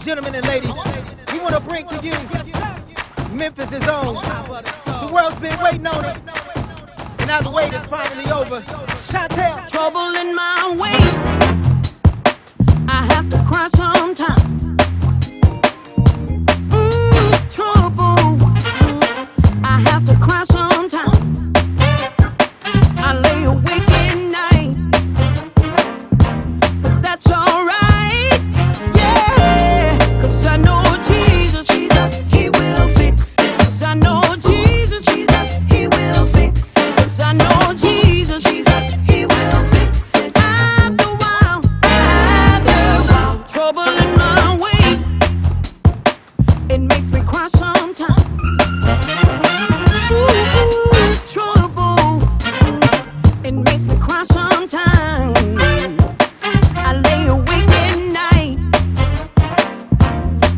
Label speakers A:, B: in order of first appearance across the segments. A: gentlemen and ladies, we want to bring to you Memphis is on. The world's been waiting on it. And now the wait is finally over. Chantel,
B: Trouble in my way. I have to cry sometime. Mm, trouble. Mm, I have to cry sometime. I lay awake at night. But that's alright. Yeah. 'Cause I know Jesus. Jesus, He will fix it. 'Cause I know Jesus. Jesus, He will fix it. 'Cause I know Jesus. Jesus, He will fix it. After a while, after a while, trouble in my way. It makes me cry sometimes. Ooh, ooh, trouble. It makes me cry sometimes. I lay awake at night,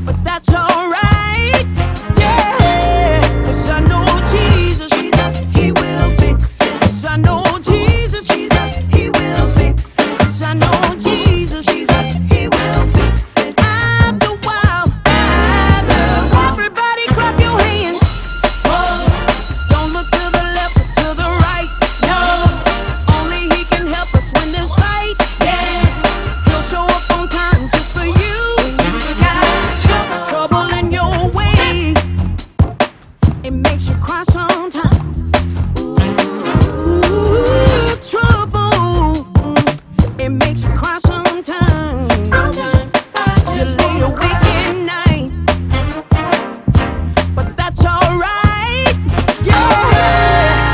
B: but that's alright. Yeah, 'cause I know Jesus, Jesus, He will fix it. 'Cause I know Jesus, Jesus, He will fix it. 'Cause I know Jesus, Jesus, He will fix it. After a while, after a while, everybody clap your hands. Oh. Don't look to the left or to the right. No, only He can help us when there's fight. Yeah, He'll show up on time just for you. You got trouble in your way. It makes you cry sometimes. Ooh, trouble. It makes you cry sometimes. Sometimes I just you lay awake at night but that's alright. Yeah,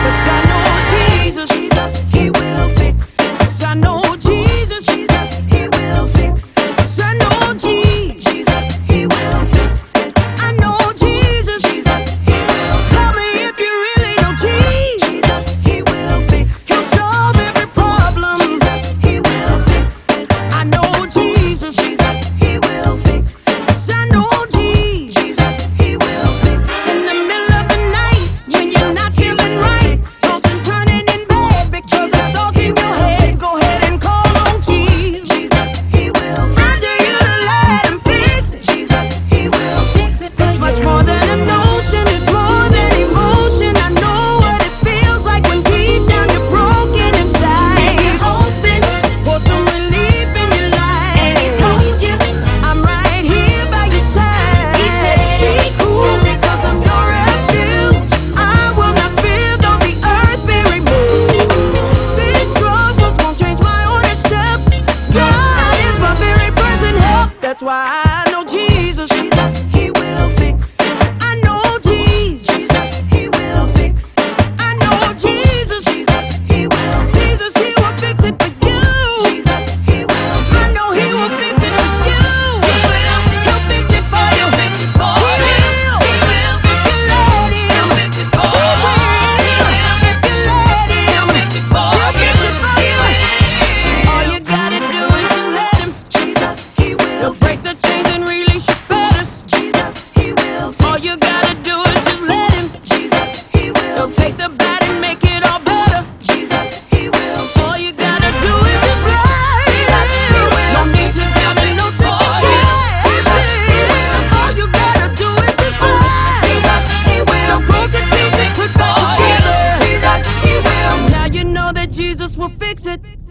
B: 'Cause I know Jesus, Jesus, He will fix it. 'Cause I know Jesus, Jesus, He will fix it. 'Cause I know Jesus, Jesus, He will fix it. I know Jesus, Jesus, He will. Tell me if you really know Jesus, Jesus, He will fix it. He'll solve every problem, Jesus, He will fix it. I know Jesus, Jesus, He will fix it. 'Cause I know Jesus, Jesus, He will fix it. In the middle of the night, when you're not feeling right, tossing, turning in bed, because it's all in your head. Go ahead and call on Jesus, Jesus, He will. Friday, you let Him fix it, Jesus, He will fix it. It's much more than emotion, it's more than emotion. I know what it feels like when deep down you're broken inside. Hoping for some relief in your life. And He told you, I'm right here by your side. He said, Be cool because I'm your refuge. I will not fear though the earth be removed. These struggles won't change my order steps. God is my very present help. That's why I know Jesus. Jesus, He will fix it. I know Jesus. Jesus, He will fix it. I know Jesus. Jesus, He will. Jesus, He will fix it for you. Jesus, He will. I know He will fix it for you. He will. He'll fix it for you. Fix it for he will. He will. If you let Him. He'll fix it for you. He will. He will. If you let Him. He'll fix it for you. He'll fix it for you. All you gotta do is just let Him. Jesus, He will. He'll break the chains and release your fetters. Jesus, He will. All you gotta do is just let Him. Jesus, He will. He'll take the bad and make it all better. Jesus, He will. All you gotta do is just let Him. No need to tell me no secret. All you gotta do is just let Him. He will. He'll break the chains and put back together. Now you know that Jesus will fix it.